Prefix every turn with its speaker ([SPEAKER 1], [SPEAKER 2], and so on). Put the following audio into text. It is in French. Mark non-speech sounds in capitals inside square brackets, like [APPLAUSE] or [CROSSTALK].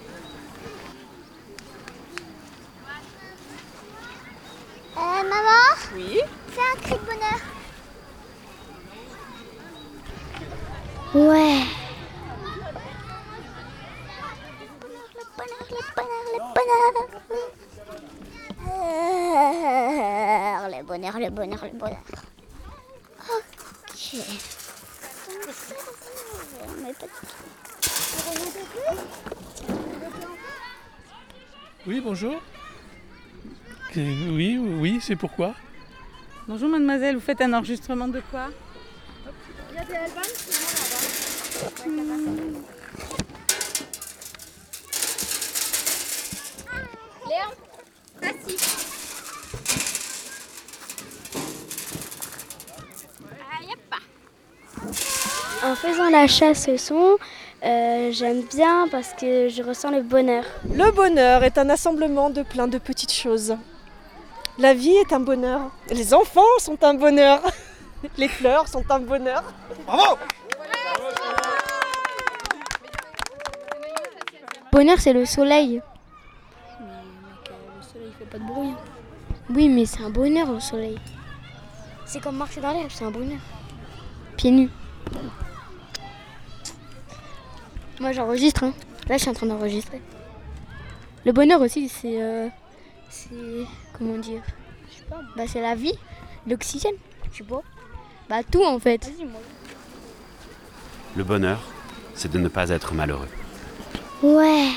[SPEAKER 1] Euh, Ouais. Le bonheur, le bonheur, le bonheur. Euh, Le bonheur, le bonheur, le bonheur. Ok. On met pas de-
[SPEAKER 2] Oui, bonjour. Euh, Oui, oui, c'est pourquoi
[SPEAKER 3] Bonjour mademoiselle, vous faites un enregistrement de quoi
[SPEAKER 4] En faisant la chasse au son, euh, j'aime bien parce que je ressens le bonheur.
[SPEAKER 5] Le bonheur est un assemblement de plein de petites choses. La vie est un bonheur. Les enfants sont un bonheur. [LAUGHS] Les fleurs sont un bonheur.
[SPEAKER 4] Bonheur, c'est le soleil. Mais le soleil, il fait pas de bruit. Oui, mais c'est un bonheur le soleil. C'est comme marcher dans l'herbe, c'est un bonheur. Pieds nus. Moi, j'enregistre. hein. Là, je suis en train d'enregistrer. Le bonheur aussi, c'est. euh, c'est. Comment dire Bah, c'est la vie, l'oxygène. Je sais pas. Bah, tout en fait.
[SPEAKER 6] Le bonheur, c'est de ne pas être malheureux.
[SPEAKER 1] Ouais.